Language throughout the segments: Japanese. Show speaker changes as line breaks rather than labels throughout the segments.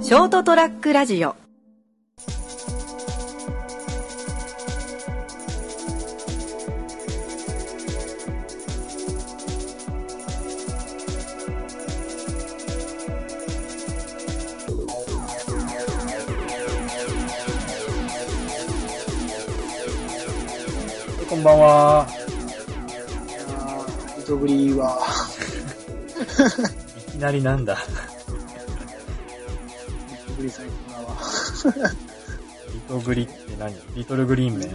ショートトラックラジオ
こんばんは。
あー糸ぶりは、
いきなりなんだ。
糸ぶり最高だわ。
リトグリって何リトルグリーンメン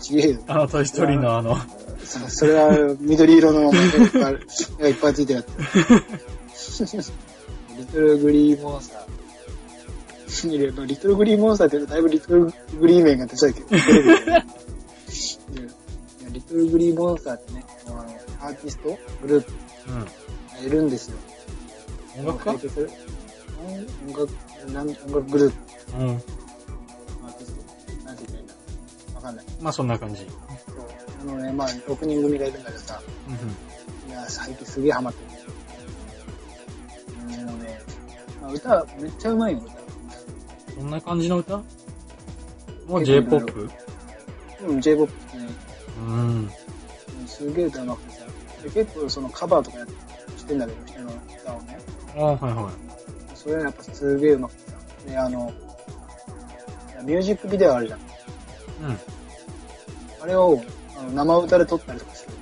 ちげえよ。
あの、トイストーリーのあの、
そそれは緑色のがいっぱいあるがいっぱいついてるやつ。 リトルグリーモンスター。いやリトルグリーモンスターって言うとだいぶリトルグリーメンが出ちゃうけど。テレビでいやリトルグリーモンスターってね、あのアーティストグループ
う
がいるんですよ。
ん。音楽家
解決する音楽、なん音楽グループ
うん。
アーティスト。なんて言ったらいいんだわかんない。
まあ、そんな感じ。
そうあのね、まあ、6人組がいるんだけどさ、
う
いや、最近すげえハマってる。もうね、まあ、歌めっちゃうまいよ、
ん。そんな感じの歌もう
結構
J-POP?
歌。うん、J-POP ってね、
うん。
うんすげえ歌うまくてさ、で結構そのカバーとかやってしてんだけど、人の歌をね。
あはいは
それはやっぱすげえうまくてさ、で、あの、ミュージックビデオあるじゃん。
い。うん。
あれをあの生歌で撮ったりとかする。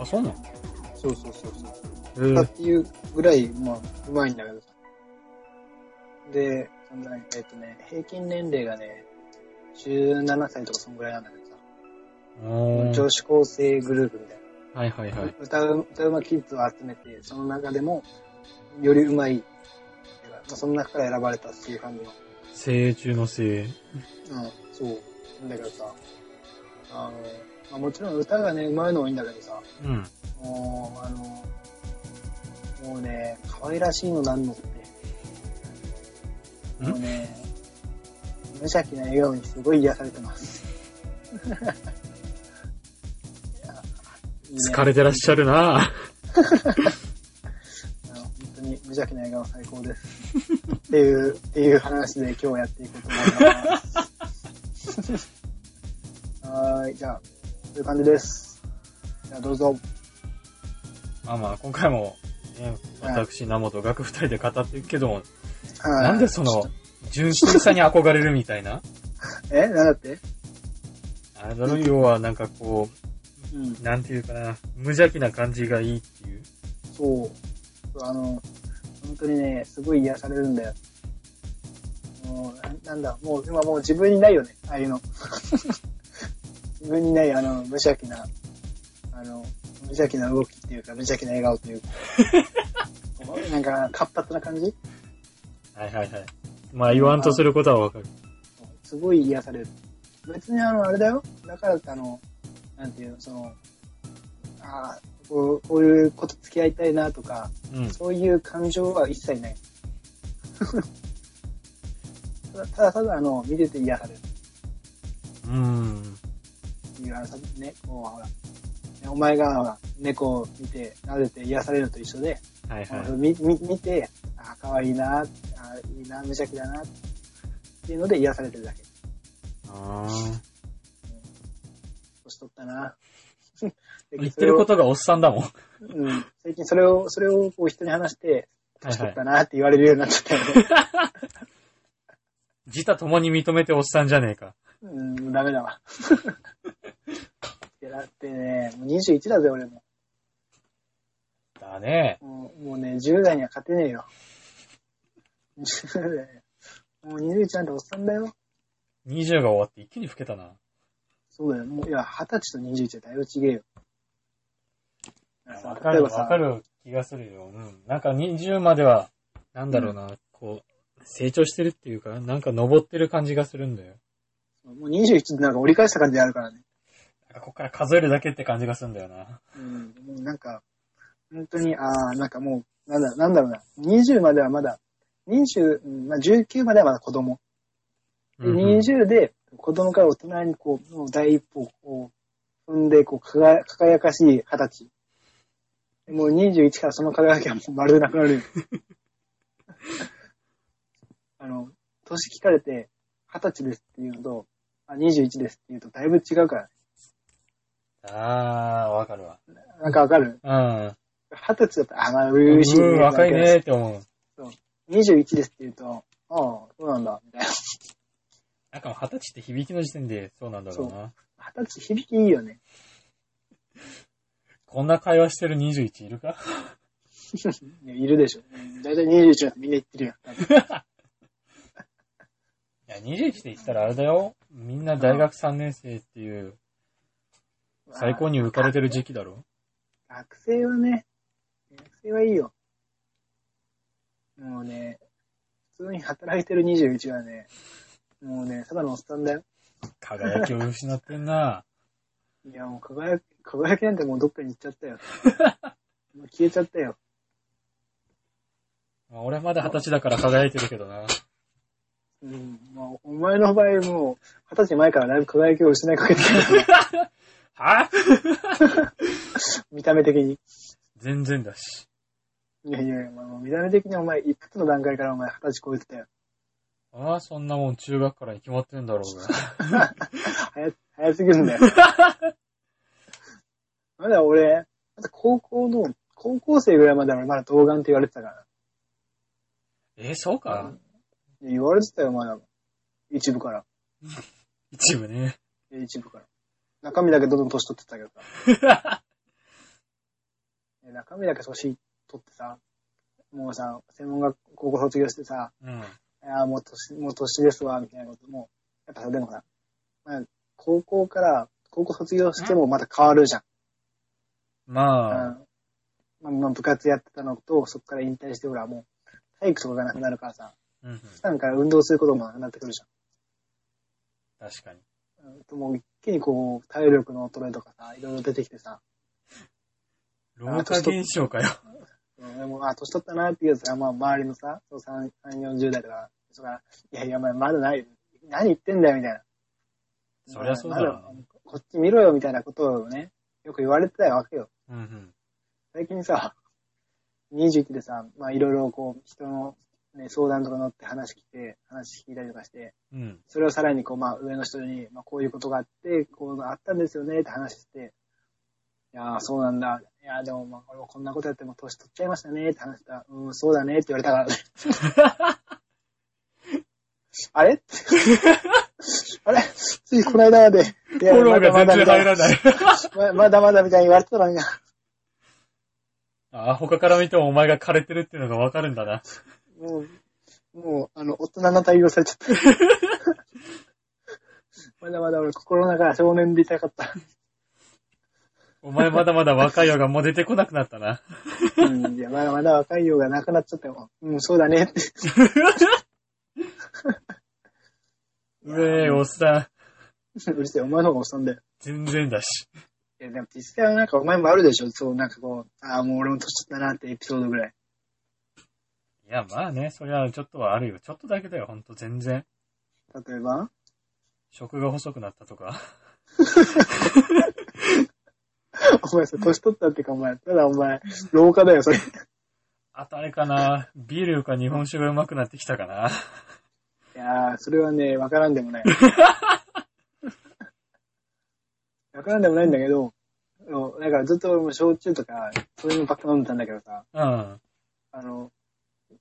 あ、そうなの
そうそうそうそう。
え
だっ
ー、
ていうぐらい、まあ、うまいんだけどさ。で、そんな、えっとね、平均年齢がね、17歳とかそんぐらいなんだけどさ、
お
女
ー
子高生グループみたい
はいはい
な。
はい。
歌う、歌うまキッズを集めて、その中でも、よりうまい、まあその中から選ばれたっていう感じの。
精鋭中の精鋭。
うん、そう。なんだけどさ、あの、まあ、もちろん歌がね、うまいのもいいんだけどさ、
うん。
もう、あの、もうね、可愛らしいのなんのって。
ん
もうね、無邪気な笑顔にすごい癒されてます。いやいいね
疲れてらっしゃるな
あの本当に無邪気な笑顔最高です。っていう、っていう話で今日やっていこうと思います。 はーい、じゃあ、そういう感じです。じゃあどうぞ。
まあまあ、今回も、ね、私、名本、学二人で語っていくけども、
な
なんでその、純粋さに憧れるみたいな
えなんだって
あれだろ、要はなんかこ
うん
う、。なんていうかな、無邪気な感じがいいっていう。
そう。あの、本当にね、すごい癒されるんだよ。もう、ななんだ、もう今もう自分にないよね、ああいうの。 自分にない、あの、無邪気な、あの、無邪気な動きっていうか、無邪気な笑顔というか。 こうなんか、活発な感じ
はいはいはい。まあ言わんとすることはわかる。
すごい癒される。別にあの、あれだよ。だからってあの、なんていうの、その、ああ、こうこういうこと付き合いたいなとか、
うん。
そういう感情は一切ない。 ただただただあの、見てて癒される
うん。
っていう、あの、さね、こう、ほら、ねお前がほら猫を見て、撫でて癒されるのと一緒で、
はい
あ
は
のみみ見て、あ、可愛いな、あ、いいな、無邪気だな、っていうので癒されてるだけ。
い。あー
年取ったな。
言ってることがおっさんだもん。は
最近それをうん。最近それを、それをこう人に話して、
い
年
は
取っ
い
た。なって言われるようになっちゃったよね。
自他共に認めておっさんじゃねえか。
うん、ダメだわ。 いやだってね、もう21だぜ、俺も。
だね。
もうもうね、10代には勝てねえよ。10代。もう21なんておっさんだよ。
20が終わって一気に老けたな。
そうだよ。もう、いや、20歳と21はだいぶ違えよ。
わかるわかる気がするよ。うん。なんか20までは、なんだろうな、こう、成長してるっていうか、なんか登ってる感じがするんだよ。
もう21ってなんか折り返した感じあるからね。
なんかこっから数えるだけって感じがするんだよな。
うん。もうなんか、本当に、ああ、なんかもう、なんだ、なんだろうな。20まではまだ、20、うんまあ、19まではまだ子供。で
うんうん
20で子供から大人にこう、もう第一歩を踏んで、こう輝、輝かしい二十歳。もう21からその輝きはもうまるでなくなるよ。あの、年聞かれて、二十歳ですっていうのと、あ21ですっていうとだいぶ違うから。
あー、わかるわ。
なんかわかる
うん。
二十歳だったら、あ、まあ、
う
嬉しいね
ー、若いねーって思う。
21ですって言うと、ああ、そうなんだ、みたいな。
なんかもう二十歳って響きの時点でそうなんだろうな。
二十歳響きいいよね。
こんな会話してる21いるか
ねいるでしょ。だいたい21だってみんな言ってるや ん。
いや、21って言ったらあれだよ。みんな大学3年生っていう、最高に浮かれてる時期だろ。
学生はね、学生はいいよ。もうね、普通に働いてる21はね、もうね、ただのおっさんだよ。
輝きを失ってん な。
いや、もう輝き、輝きなんてもうどっかに行っちゃったよ。もう消えちゃったよ。
まあ俺はまだ二十歳だから輝いてるけどな。
うん。まあ、お前の場合もう、二十歳前からだいぶ輝きを失いかけてる。
は
見た目的に。
全然だし。
いやいやいや、まあ、もう見た目的にお前、一発の段階からお前二十歳超えてたよ。
ああ、そんなもん中学からに決まってんだろうが。
早、早すぎるんだよ。 まだ俺、まだ高校の、高校生ぐらいまで俺まだ童顔って言われてたから。
えーそうか、
言われてたよ、まだ。一部から。
一部ね。
一部から。中身だけどんどん年取ってたけどさ。中身だけ年取ってさ、もうさ、専門学校、高校卒業してさ、
うん。
ああ、もう年、もう年ですわ、みたいなことも、やっぱさ、でもさ、まあ、高校から、高校卒業してもまた変わるじゃん。
まあ、
うんまあ、まあ、部活やってたのと、そこから引退して、ほら、もう、体育とかがなくなるからさ、
うん、うん、
普段から運動することもなくなってくるじ
確かに。
ゃん。うん、もう一気にこう、体力の衰えとかさ、いろいろ出てきてさ、
老化現象かよ。
うん、でも、あ、年取ったなっていうやつが、まあ、周りのさ、そう3、3 40代とか、そから、いやいや、お前まだない、何言ってんだよ、みたいな。
そりゃそうだろうな
まこっち見ろよ、みたいなことをね、よく言われてたわけよ。
うん、うん。
最近さ、21でさ、まあいろいろこう、人の、ね、相談とか乗って話聞いて、話聞いたりとかして、
うん。
それをさらにこう、まあ上の人に、まあこういうことがあって、こういうのあったんですよねって話して、いやーそうなんだ。いやーでもまあ俺もこんなことやっても年取っちゃいましたねって話したら、うん、そうだねって言われたから、ね、 あれ あれついこの間まで、い
フォローが全
み
然
た
入
いな
らない。
ままだまだみたいに言われてたのにな。
ああ、他から見てもお前が枯れてるっていうのがわかるんだな。
もう、もう、あの、大人な対応されちゃった。 まだまだ俺心の中は少年でいたかった。
お前まだまだ若いよがもう出てこなくなったな。
うん、いや、まだまだ若いようがなくなっちゃったよ。うん、そうだ ねって。
うえー、おっさん。
うるせえ、お前の方がおっさんだよ。
全然だし。
いや、でも実際はなんかお前もあるでしょ。そう、なんかこう、ああ、もう俺も年取ったなってエピソードぐらい。
いや、まあね、そりゃちょっとはあるよ。ちょっとだけだよ、ほんと全然。
例えば
食が細くなったとか。
お前さ、年取ったっていうかお前、ただお前、老化だよ、それ。い
あとあれかな。ビールか日本酒がうまくなってきたかな。
やー、それはね、わからんでもない。わからんでもないんだけど、そうだからずっと俺も焼酎とか、そういうのばっか飲んでたんだけどさ、
うん。
あの、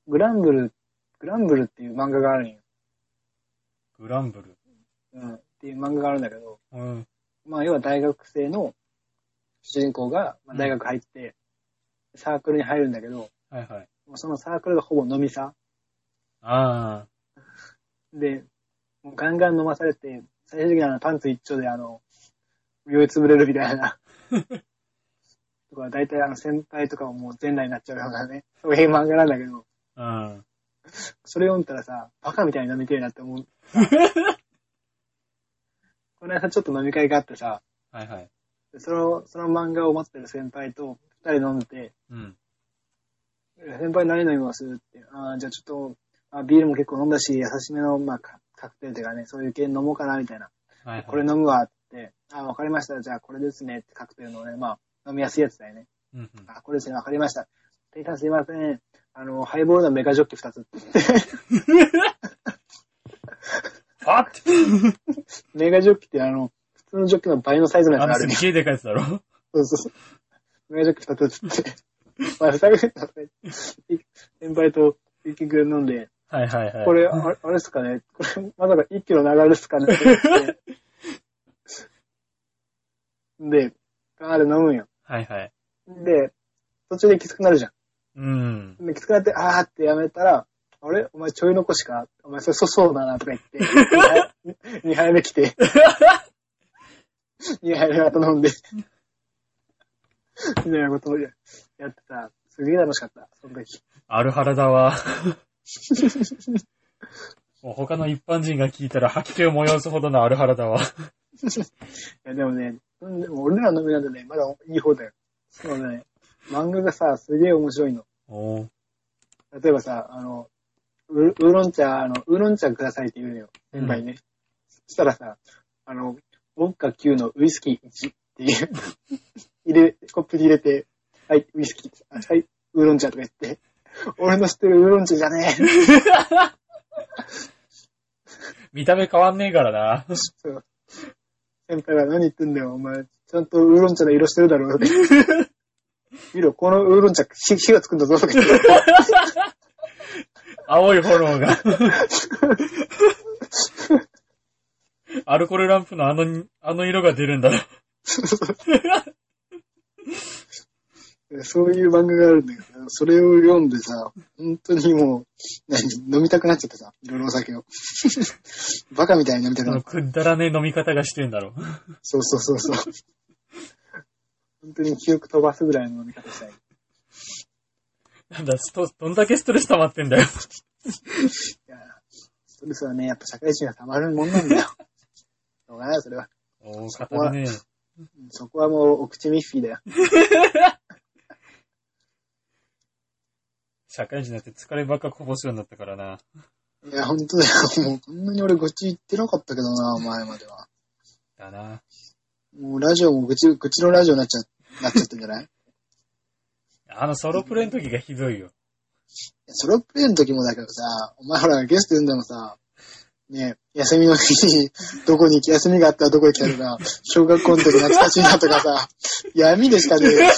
グランブル、グランブルっていう漫画があるんよ。
グランブル。
うん。っていう漫画があるんだけど、
うん。
まあ、要は大学生の主人公が、まあ、大学入って、サークルに入るんだけど、も
はいはい。
うそのサークルがほぼ飲みさ。
ああ。
で、もうガンガン飲まされて、最終的にあのパンツ一丁であの、酔いつぶれるみたいな。とか、大体あの先輩とかももう全裸になっちゃうようなね、そういう漫画なんだけど、
うん。
それ読んだらさ、バカみたいに飲みてえなって思う。この間ちょっと飲み会があってさ、
はいはい。
その、その漫画を持ってる先輩と二人飲んでて、
うん。
先輩何飲みますって、ああ、じゃあちょっと、あビールも結構飲んだし、優しめの、まあ、カカクテルというかね、そういう系飲もうかな、みたいな。
はい、はい。
これ飲むわって、ああ、わかりました。じゃあこれですねってカクテルのね、まあ、飲みやすいやつだよね。
うんうん。
あ、これですね、わかりました。店員さんすいません。あの、ハイボールのメガジョッキ2つ。
あって
メガジョッキってあの、普通のジョッキの倍のサイズのや
あ
つ
の
ある
す
ね。
っげえでかいやつだろ
そうそうそう。メガジョッキ2つって。まあ、最後に、先輩と結局飲んで、
はいはいはい。
これ、あれあれっすかねこれ、まさか一気の流れっすかねって言って。で、ガーで飲むんよ。
はいはい。
で、途中できつくなるじゃ
うん。
ん。で、きつくなって、あーってやめたら、あれお前ちょい残しかお前それ粗相だなとか言って、2杯目来て、2杯目また飲んで、みたいなことをややってた。すげえ楽しかった、その時。
あるはらだ わ。もう他の一般人が聞いたら吐き気を催すほどのあるはらだわ。
いや、でもね、うんでも俺らの飲みなんてね、まだいい方だよ。そうね、漫画がさ、すげえ面白いの。
おー
例えばさ、あの、ウウーロン茶、あの、ウーロン茶くださいって言うのよ。先輩にね。そしたらさ、あの、ウォッカ9のウイスキー1っていう、入れ、コップに入れて、はい、ウイスキー、あはい、ウーロン茶とか言って、俺の知ってるウーロン茶じゃねえ。
見た目変わんねえからな。
そう先輩は何言ってんだよ、お前。ちゃんとウーロン茶の色してるだろうって。見ろ、このウーロン茶、火火がつくんだぞとか言って。
青い炎 が。アルコールランプのあの、あの色が出るんだな。
そういう漫画があるんだけど、それを読んでさ、本当にもう、何、飲みたくなっちゃってさ、いろいろお酒を。 バカみたいに飲みたく
そ
なっ
の
て。
くだらねえ飲み方がしてんだろ。
そうそうそうそう。本当に記憶飛ばすぐらいの飲み方したい。い
なんだ、ストどんだけストレス溜まってんだよ。
やーストレスはね、やっぱ社会人がたまるもんなんだよ。 しょうがない、それは。
おー、語るね
そこはもう、お口ミッフィーだよ。
社会人だって疲ればっかこぼすようになったからな。
いや、本当だよ。もう、こんなに俺、愚痴言ってなかったけどな、前までは。
だな。
もう、ラジオも愚痴、愚痴のラジオになっちゃ、なっちゃったんじゃない
あのソロプレイの時がひどいよ。
ソロプレイの時もだけどさ、お前ほらゲスト呼んだのさ、ねえ、休みの日に、 どこに行き、休みがあったらどこ行きたいとか、小学校の時懐かしいなとかさ、闇でしかねえよ。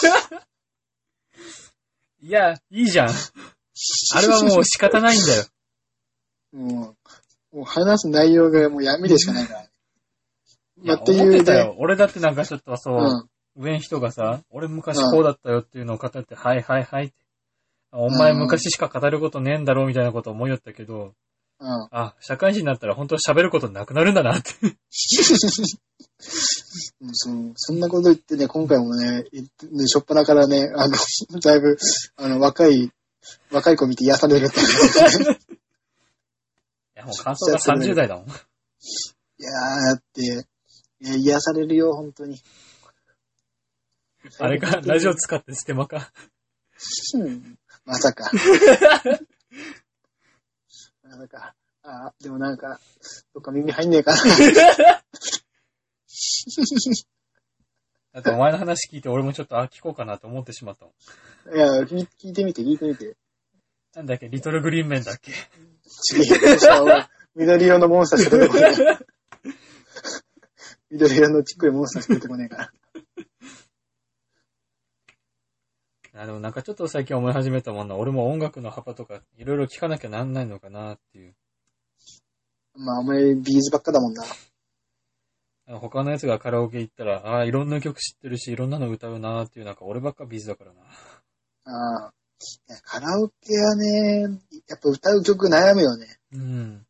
いや、いいじゃん。あれはもう仕方ないんだよ。
もう、もう話す内容がもう闇でしかないから。
いや、
まあっていう
思って
ね
たよ。俺だってなんかちょっとそう、
うん。
上の人がさ、俺昔こうだったよっていうのを語って、はいはいはいって。お前昔しか語ることねえんだろうみたいなこと思いよったけど、
うん。
あ、社会人になったら本当喋ることなくなるんだなって。
うんそうそんなこと言ってね、今回もね、言ってね、しょっぱなからね、あの、だいぶ、あの、若い、若い子見て癒されるっていう。
いや、もう感想が30代だもん。
いやー、だって、いや癒されるよ、本当に。
あれか、ラジオ使ってステマか。
うんま さか。まさか。あーでもなんか、どっか耳入んね えかな。
だってお前の話聞いて俺もちょっと、あ、聞こうかなと思ってしまったもん。
いや、聞聞いてみて、聞いてみて。
なんだっけ、リトルグリーンメンだっけ。
ちげえよ。私は俺緑色のモンスターしか出てこね え。緑色のちっこいモンスターしか出てこねえから。
あでもなんかちょっと最近思い始めたもんな。俺も音楽の幅とかいろいろ聞かなきゃなんないのかなっていう。
まあ、お前、ビーズばっかだもんな。
あの他のやつがカラオケ行ったら、ああー、いろんな曲知ってるし、いろんなの歌うなーっていう、なんか俺ばっかビーズだからな。
ああ。いやカラオケはね、やっぱ歌う曲悩むよね。
うん。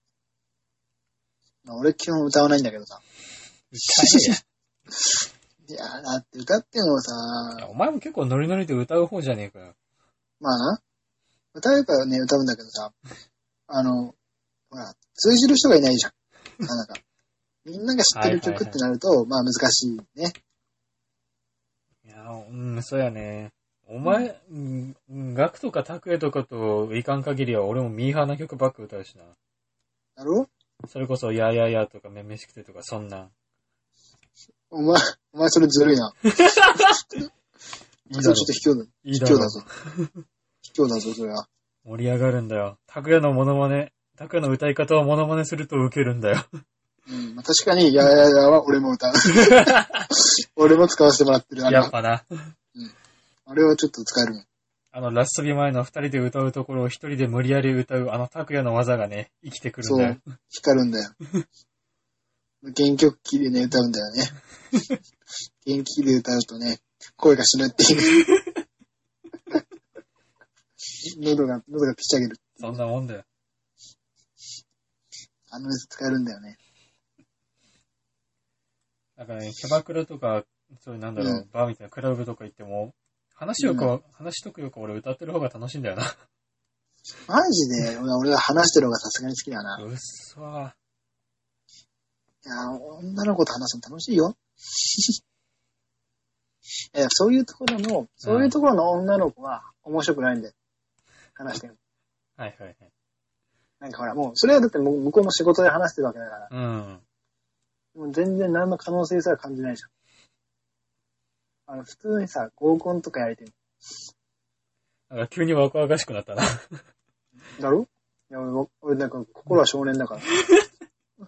まあ、俺基本歌わないんだけど さ。
歌
いやー、だって歌ってもさ、
えや。お前も結構ノリノリで歌う方じゃねえかよ。
まあな、歌えばね、歌うんだけどさ、あの、ほら、通じる人がいないじゃん。なかなか。みんなが知ってる曲ってなると、まあ難しいね。
いやー、うん、そうやね。お前、うん、うんガクとかタクエとかといかん限りは俺もミーハーな曲ばっか歌うしな。
だろ
それこそ、やーやーやーとか、めめしくてとか、そんなん。
お前、お前それず るいな。
いい
そ
だ
れ
ろ
ちょっと卑怯だ。
いいだ
卑怯
ろ
だぞ。卑怯だぞ、それは。
盛り上がるんだよ。拓也のモノマネ、拓也の歌い方をモノマネするとウケるんだよ。
うん、確かに、やややは俺も 歌う。俺も使わせてもらってる。あれ
やっ
は、
ぱな。
あれはちょっと使えるもん。
あの、ラストビ前の二人で歌うところを一人で無理やり歌う、あの拓也の技がね、生きてくるん
そ
だよ
う。、光るんだよ。原曲キーでね、歌うんだよね。原曲キーで歌うとね、声が死ぬっていう。 喉が、喉がピチャげる。
そんなもんだよ。
あのやつ使えるんだよね。
なんかね、キャバクラとか、そういうなんだろう、
うん
バーみたいなクラブとか行っても、話しよくは、話しとくよく俺歌ってる方が楽しいんだよな。
マジで、俺俺が話してる方がさすがに好きだな。
うっそー。
いやー、女の子と話すの楽しいよ。 いやそういうところの、そういうところの女の子は面白くないんだよ。話してる。
はいはいはい。
なんかほら、もう、それはだってもう向こうも仕事で話してるわけだか
う
ら、
ん。
もう全然何の可能性すら感じないじゃん。あの、普通にさ、合コンとかやりてる。
なんか急に若々しくなったな。
だろいや、俺、俺なんか心は少年だから。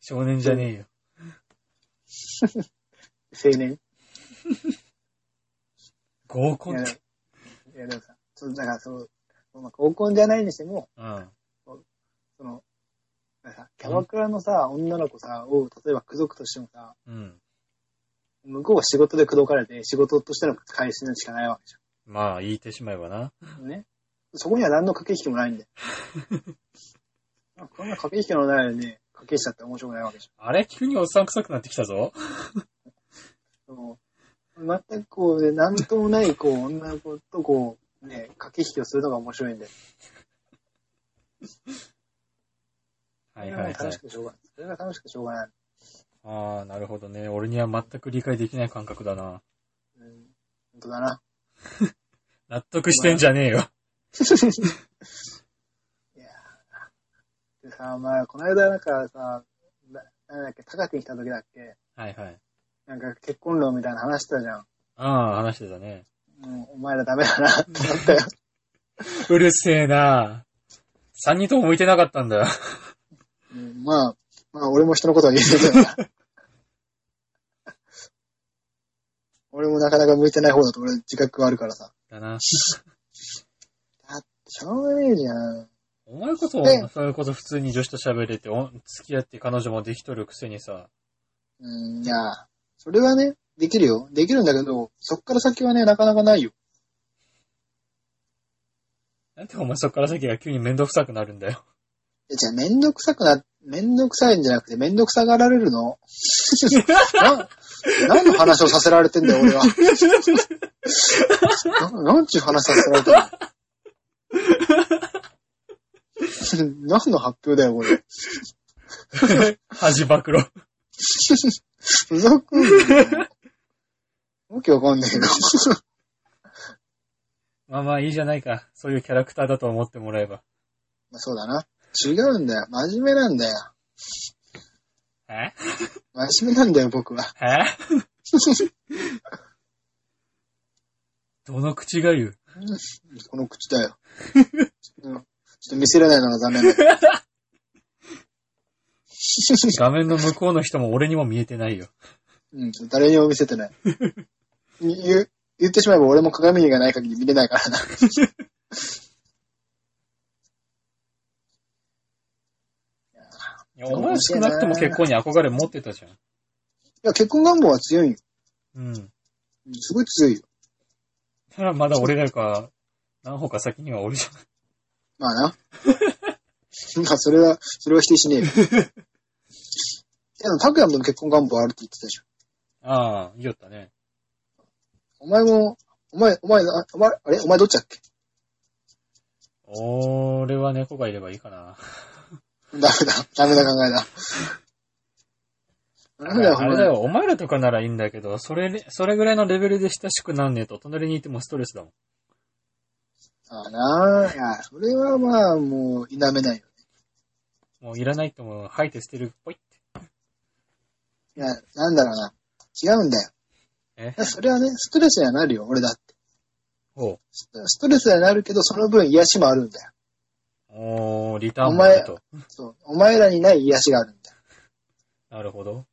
少年じゃねえよ。
青年。
合
い
コン
や、
っ
い
て。
やでもさ、そう、だからそう、まあ合コンじゃないにしても、
うん。
その、なんかさキャバクラのさ、女の子さ、を、例えば口説くとしてもさ、
うん。
向こうは仕事で口説かれて、仕事としての返しのしかないわけじ
まあ、言ってしまえばな。
ゃん。ね。そこには何の駆け引き もないんだよ。こんな駆け引きのないのに、ね、駆け引きだって面白くないわけじ
あれ急におっさん臭くなってきたぞ。
ゃん。その全くこう、ね、何ともない、こう、女の子とこう、ね、駆け引きをするのが面白いんだよ。
はいはい
それ
は
が楽
い
し。くてしょうがない。それが楽しくてしょうがない。
ああ、なるほどね。俺には全く理解できない感覚だな。
うん。本当だな。
納得してんじゃねえよ。
いやーでさ、まあ、この間なんかさ、ななんだっけ、高手に来た時だっけ、
はいはい。
なんか結婚論みたいな話してたじゃん。
ああ、話してたね。
うん、お前らダメだなってなったよ。
うるせえな。三人とも向いてなかったんだよ。
うん、まあ、まあ、俺も人のことは言えない からな。俺もなかなか向いてない方だと俺自覚があるからさ。
だな。
しょうがねえじゃん。
お前こそ
ね、
それこそ普通に女子と喋れて、お付き合って彼女もできとるくせにさ。
うん、いや、それはね、できるよ。できるんだけど、そっから先はね、なかなかないよ。
なんでお前そっから先が急にめんどくさくなるんだ よ。
いやじゃあ、めんどくさくな、めんどくさいんじゃなくて、めんどくさがられるの な、何の話をさせられてんだよ、俺は。 な、なんちゅう話させられてんの 何の発表だよ、これ。
恥ばくろ。
ふざけんなよ。わけわかんない けど。
まあまあいいじゃないか。そういうキャラクターだと思ってもらえば。
まあそうだな。違うんだよ。真面目なんだよ。
え
真面目なんだよ、僕は。
えどの口が言う
この口だよ。うんちょっと見せられないのが残念だけど。
画面の向こうの人も俺にも見えてないよ。
うん、誰にも見せてない。に言う言ってしまえば俺も鏡がない限り見れないからな。
いやお前は少なくとも結婚に憧れ持ってたじゃん。
いや、結婚願望は強いよ。
うん。だ
うんすごい強いよ。
からまだ俺らか、何歩か先には俺じゃん。
まあな。まあ、それは、それは否定しねえよ。いや、でも、拓也もでも結婚願望あるって言ってたじゃん。
ああ、言いよったね。
お前も、お前、お前、あお前、あれお前どっちだっけ
俺は猫がいればいいかな。
ダメだ。ダメだ考えだ。ダ
あ
メ
れ
だよ、ほん
だ
まに
よ、お前らとかならいいんだけど、それ、それぐらいのレベルで親しくなんねえと、隣にいてもストレスだもん。
ああなあ。いや、それはまあ、もう、否めないよ。
もういらないともう吐いて捨てる、ぽいって。
いや、なんだろうな。違うんだよ。
え
いやそれはね、ストレスにはなるよ、俺だって。
ほ
スストレスにはなるけど、その分癒しもあるんだよ。
う。おー、リターンもあると。
そう。お前らにない癒しがあるんだよ。
なるほど。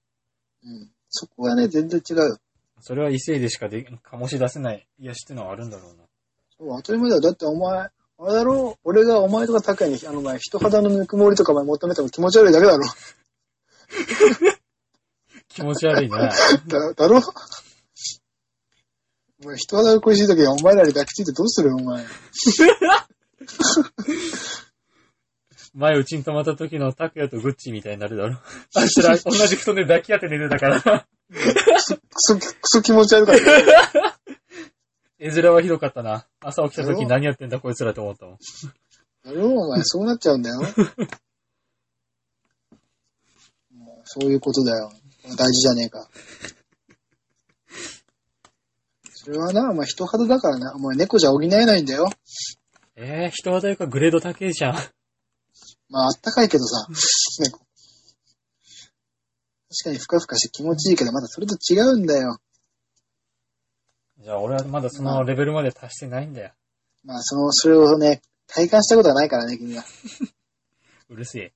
うん。そこがね、全然違うよ。
それは異性でしかで、醸し出せない癒しってのはあるんだろうな。
そう当たり前だよ。だってお前、あれだろ俺がお前とか拓也に、あの前、人肌のぬくもりとかお前求めても気持ち悪いだけだろ。
気持ち悪いな。
だ、だろお前、人肌が恋しい時はお前らに抱きついてどうするよお前。
前うちに泊まった時のタクヤとグッチみたいになるだろ。あいつ ら同じ布団で抱き合って寝てたから。
クソ、クソ気持ち悪かった。
絵面はひどかったな。朝起きた時何やってんだこいつらと思ったもん。
だろお前、そうなっちゃうんだよ。もうそういうことだよ。大事じゃねえか。それはな、お前人肌だからな。お前猫じゃ補えないんだよ。
えー、人肌よりかグレード高いじゃん。
まあ、あったかいけどさ、猫。確かにふかふかして気持ちいいけど、まだそれと違うんだよ。
じゃあ俺はまだそのレベルまで達してないんだよ。
まあ、その、それをね、体感したことはないからね、君は。
うるせえ。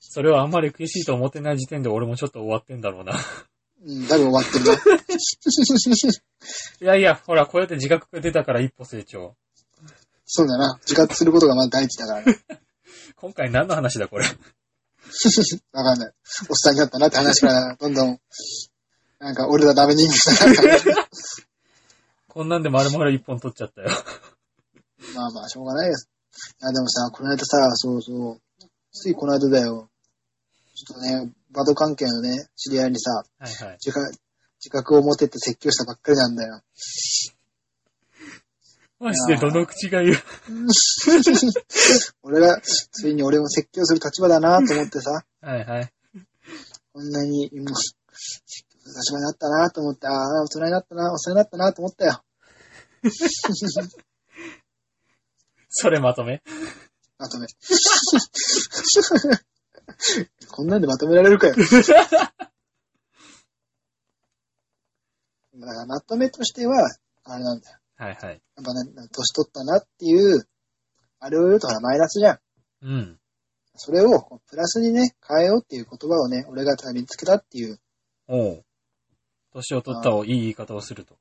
それはあんまり苦しいと思ってない時点で俺もちょっと終わってんだろうな。
うん、だいぶ終わってるな。
い やいや、ほら、こうやって自覚が出たから一歩成長。
そうだな。自活することがまだ第一だからね。
今回何の話だこれ。
わかんない。おっさんになったなって話から、どんどん、なんか俺らダメ人間だな。
こんなんで丸々一本取っちゃったよ。
まあまあ、しょうがないです。いや、でもさ、この間さ、そうそう、ついこの間だよ。ちょっとね、バド関係のね、知り合いにさ、
はいはい。
自覚、自覚を持てって説教したばっかりなんだよ。
マジでどの口が言う。
俺が、ついに俺も説教する立場だなと思ってさ、
はいはい。
こんなに、もう、立場になったなと思って、ああ、大人になったな、大人になったなと思ったよ。
それまとめ。
まとめ。 こんなんでまとめられるかよ。だからまとめとしては、あれなんだよ。
はいはい。
やっぱね、年取ったなっていう、あれを言うとほらマイナスじゃん。
うん。
それをこうプラスにね、変えようっていう言葉をね、俺が見つけたっていう、
おう。年を取ったをいい言い方をすると。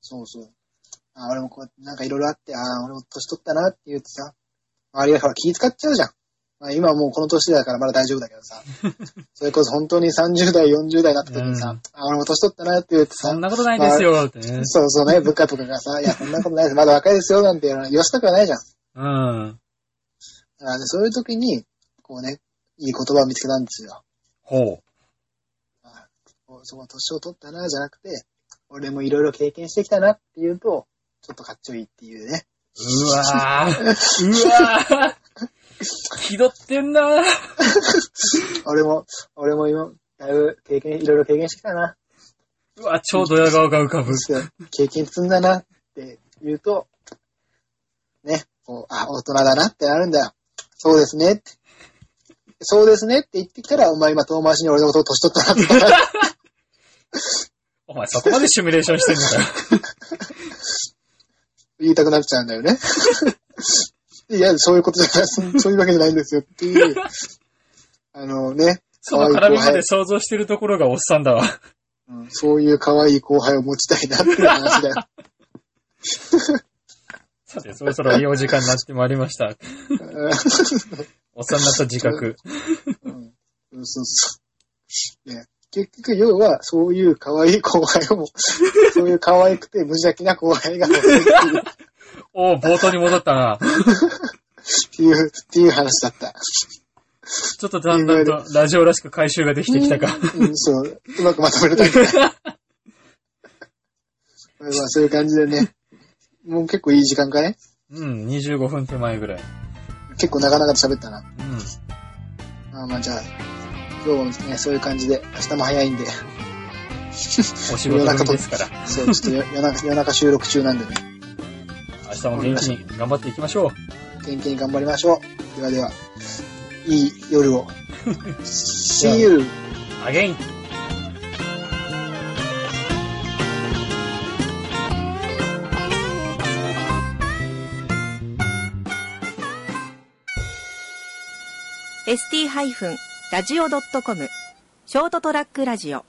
そうそう。あ俺もこうやってなんかいろいろあって、ああ、俺も年取ったなって言ってさ、周りがほら気遣っちゃうじゃん。まあ、今はもうこの年だからまだ大丈夫だけ どさ、それこそ本当に30代、40代になった時にさ、
うん
あ俺も年取ったなって言ってさ、
そんなことないですよ、ってね。
そうそうね、部下とかがさ、いや、そんなことないです、まだ若いですよ、なんて言わせたくはないじゃん。
うん。
だからね、そういう時に、こうね、いい言葉を見つけたんですよ。
ほ
こうその年を取ったな、じゃなくて、俺もいろいろ経験してきたなっていうと、ちょっとかっちょいいっていうね。
う。うわぁ。 うわぁ。気取ってんなぁ。
俺も、俺も今、だいぶ経験、いろいろ経験してきたな。
うわ、超ドヤ顔が浮かぶ。
経験積んだなって言うと、ね、こう、あ、大人だなってなるんだよ。そうですねって。そうですねって言ってきたら、お前今遠回しに俺のことを年取ったなって。
お前そこまでシミュレーションしてんのかよ。
言いたくなっちゃうんだよね。いや、そういうことじゃない、そそういうわけじゃないんですよっていう。あのね、
その絡みまで想像してるところがおっさんだわ。
うんそういう可愛い後輩を持ちたいなっていう話 だよ。
さて、そろそろいいお時間になってまいりました。おっさんになった自覚。
うんうんそうそう。ね、結局、要は、そういう可愛い後輩 をも、そういう可愛くて無邪気な後輩が欲しいっていう
おう、冒頭に戻ったな。
っていう、っていう話だった。
ちょっとだんだんとラジオらしく回収ができてきたか。
うん、そう、うまくまとめれたけど。 まあまあ、そういう感じでね。もう結構いい時間かね
うん、25分手前ぐらい。
結構なかなかと喋ったな。
うん。
まあまあ、じゃあ、今日もね、そういう感じで、明日も早いんで、
お仕事ぶりですから。
そう、ちょっと夜夜中夜中収録中なんでね、
明日も元気に頑張っていきましょう。
元気に頑張りましょう。ではでは、いい夜を。See you!
Again!
ST-radio.com ショートトラックラジオ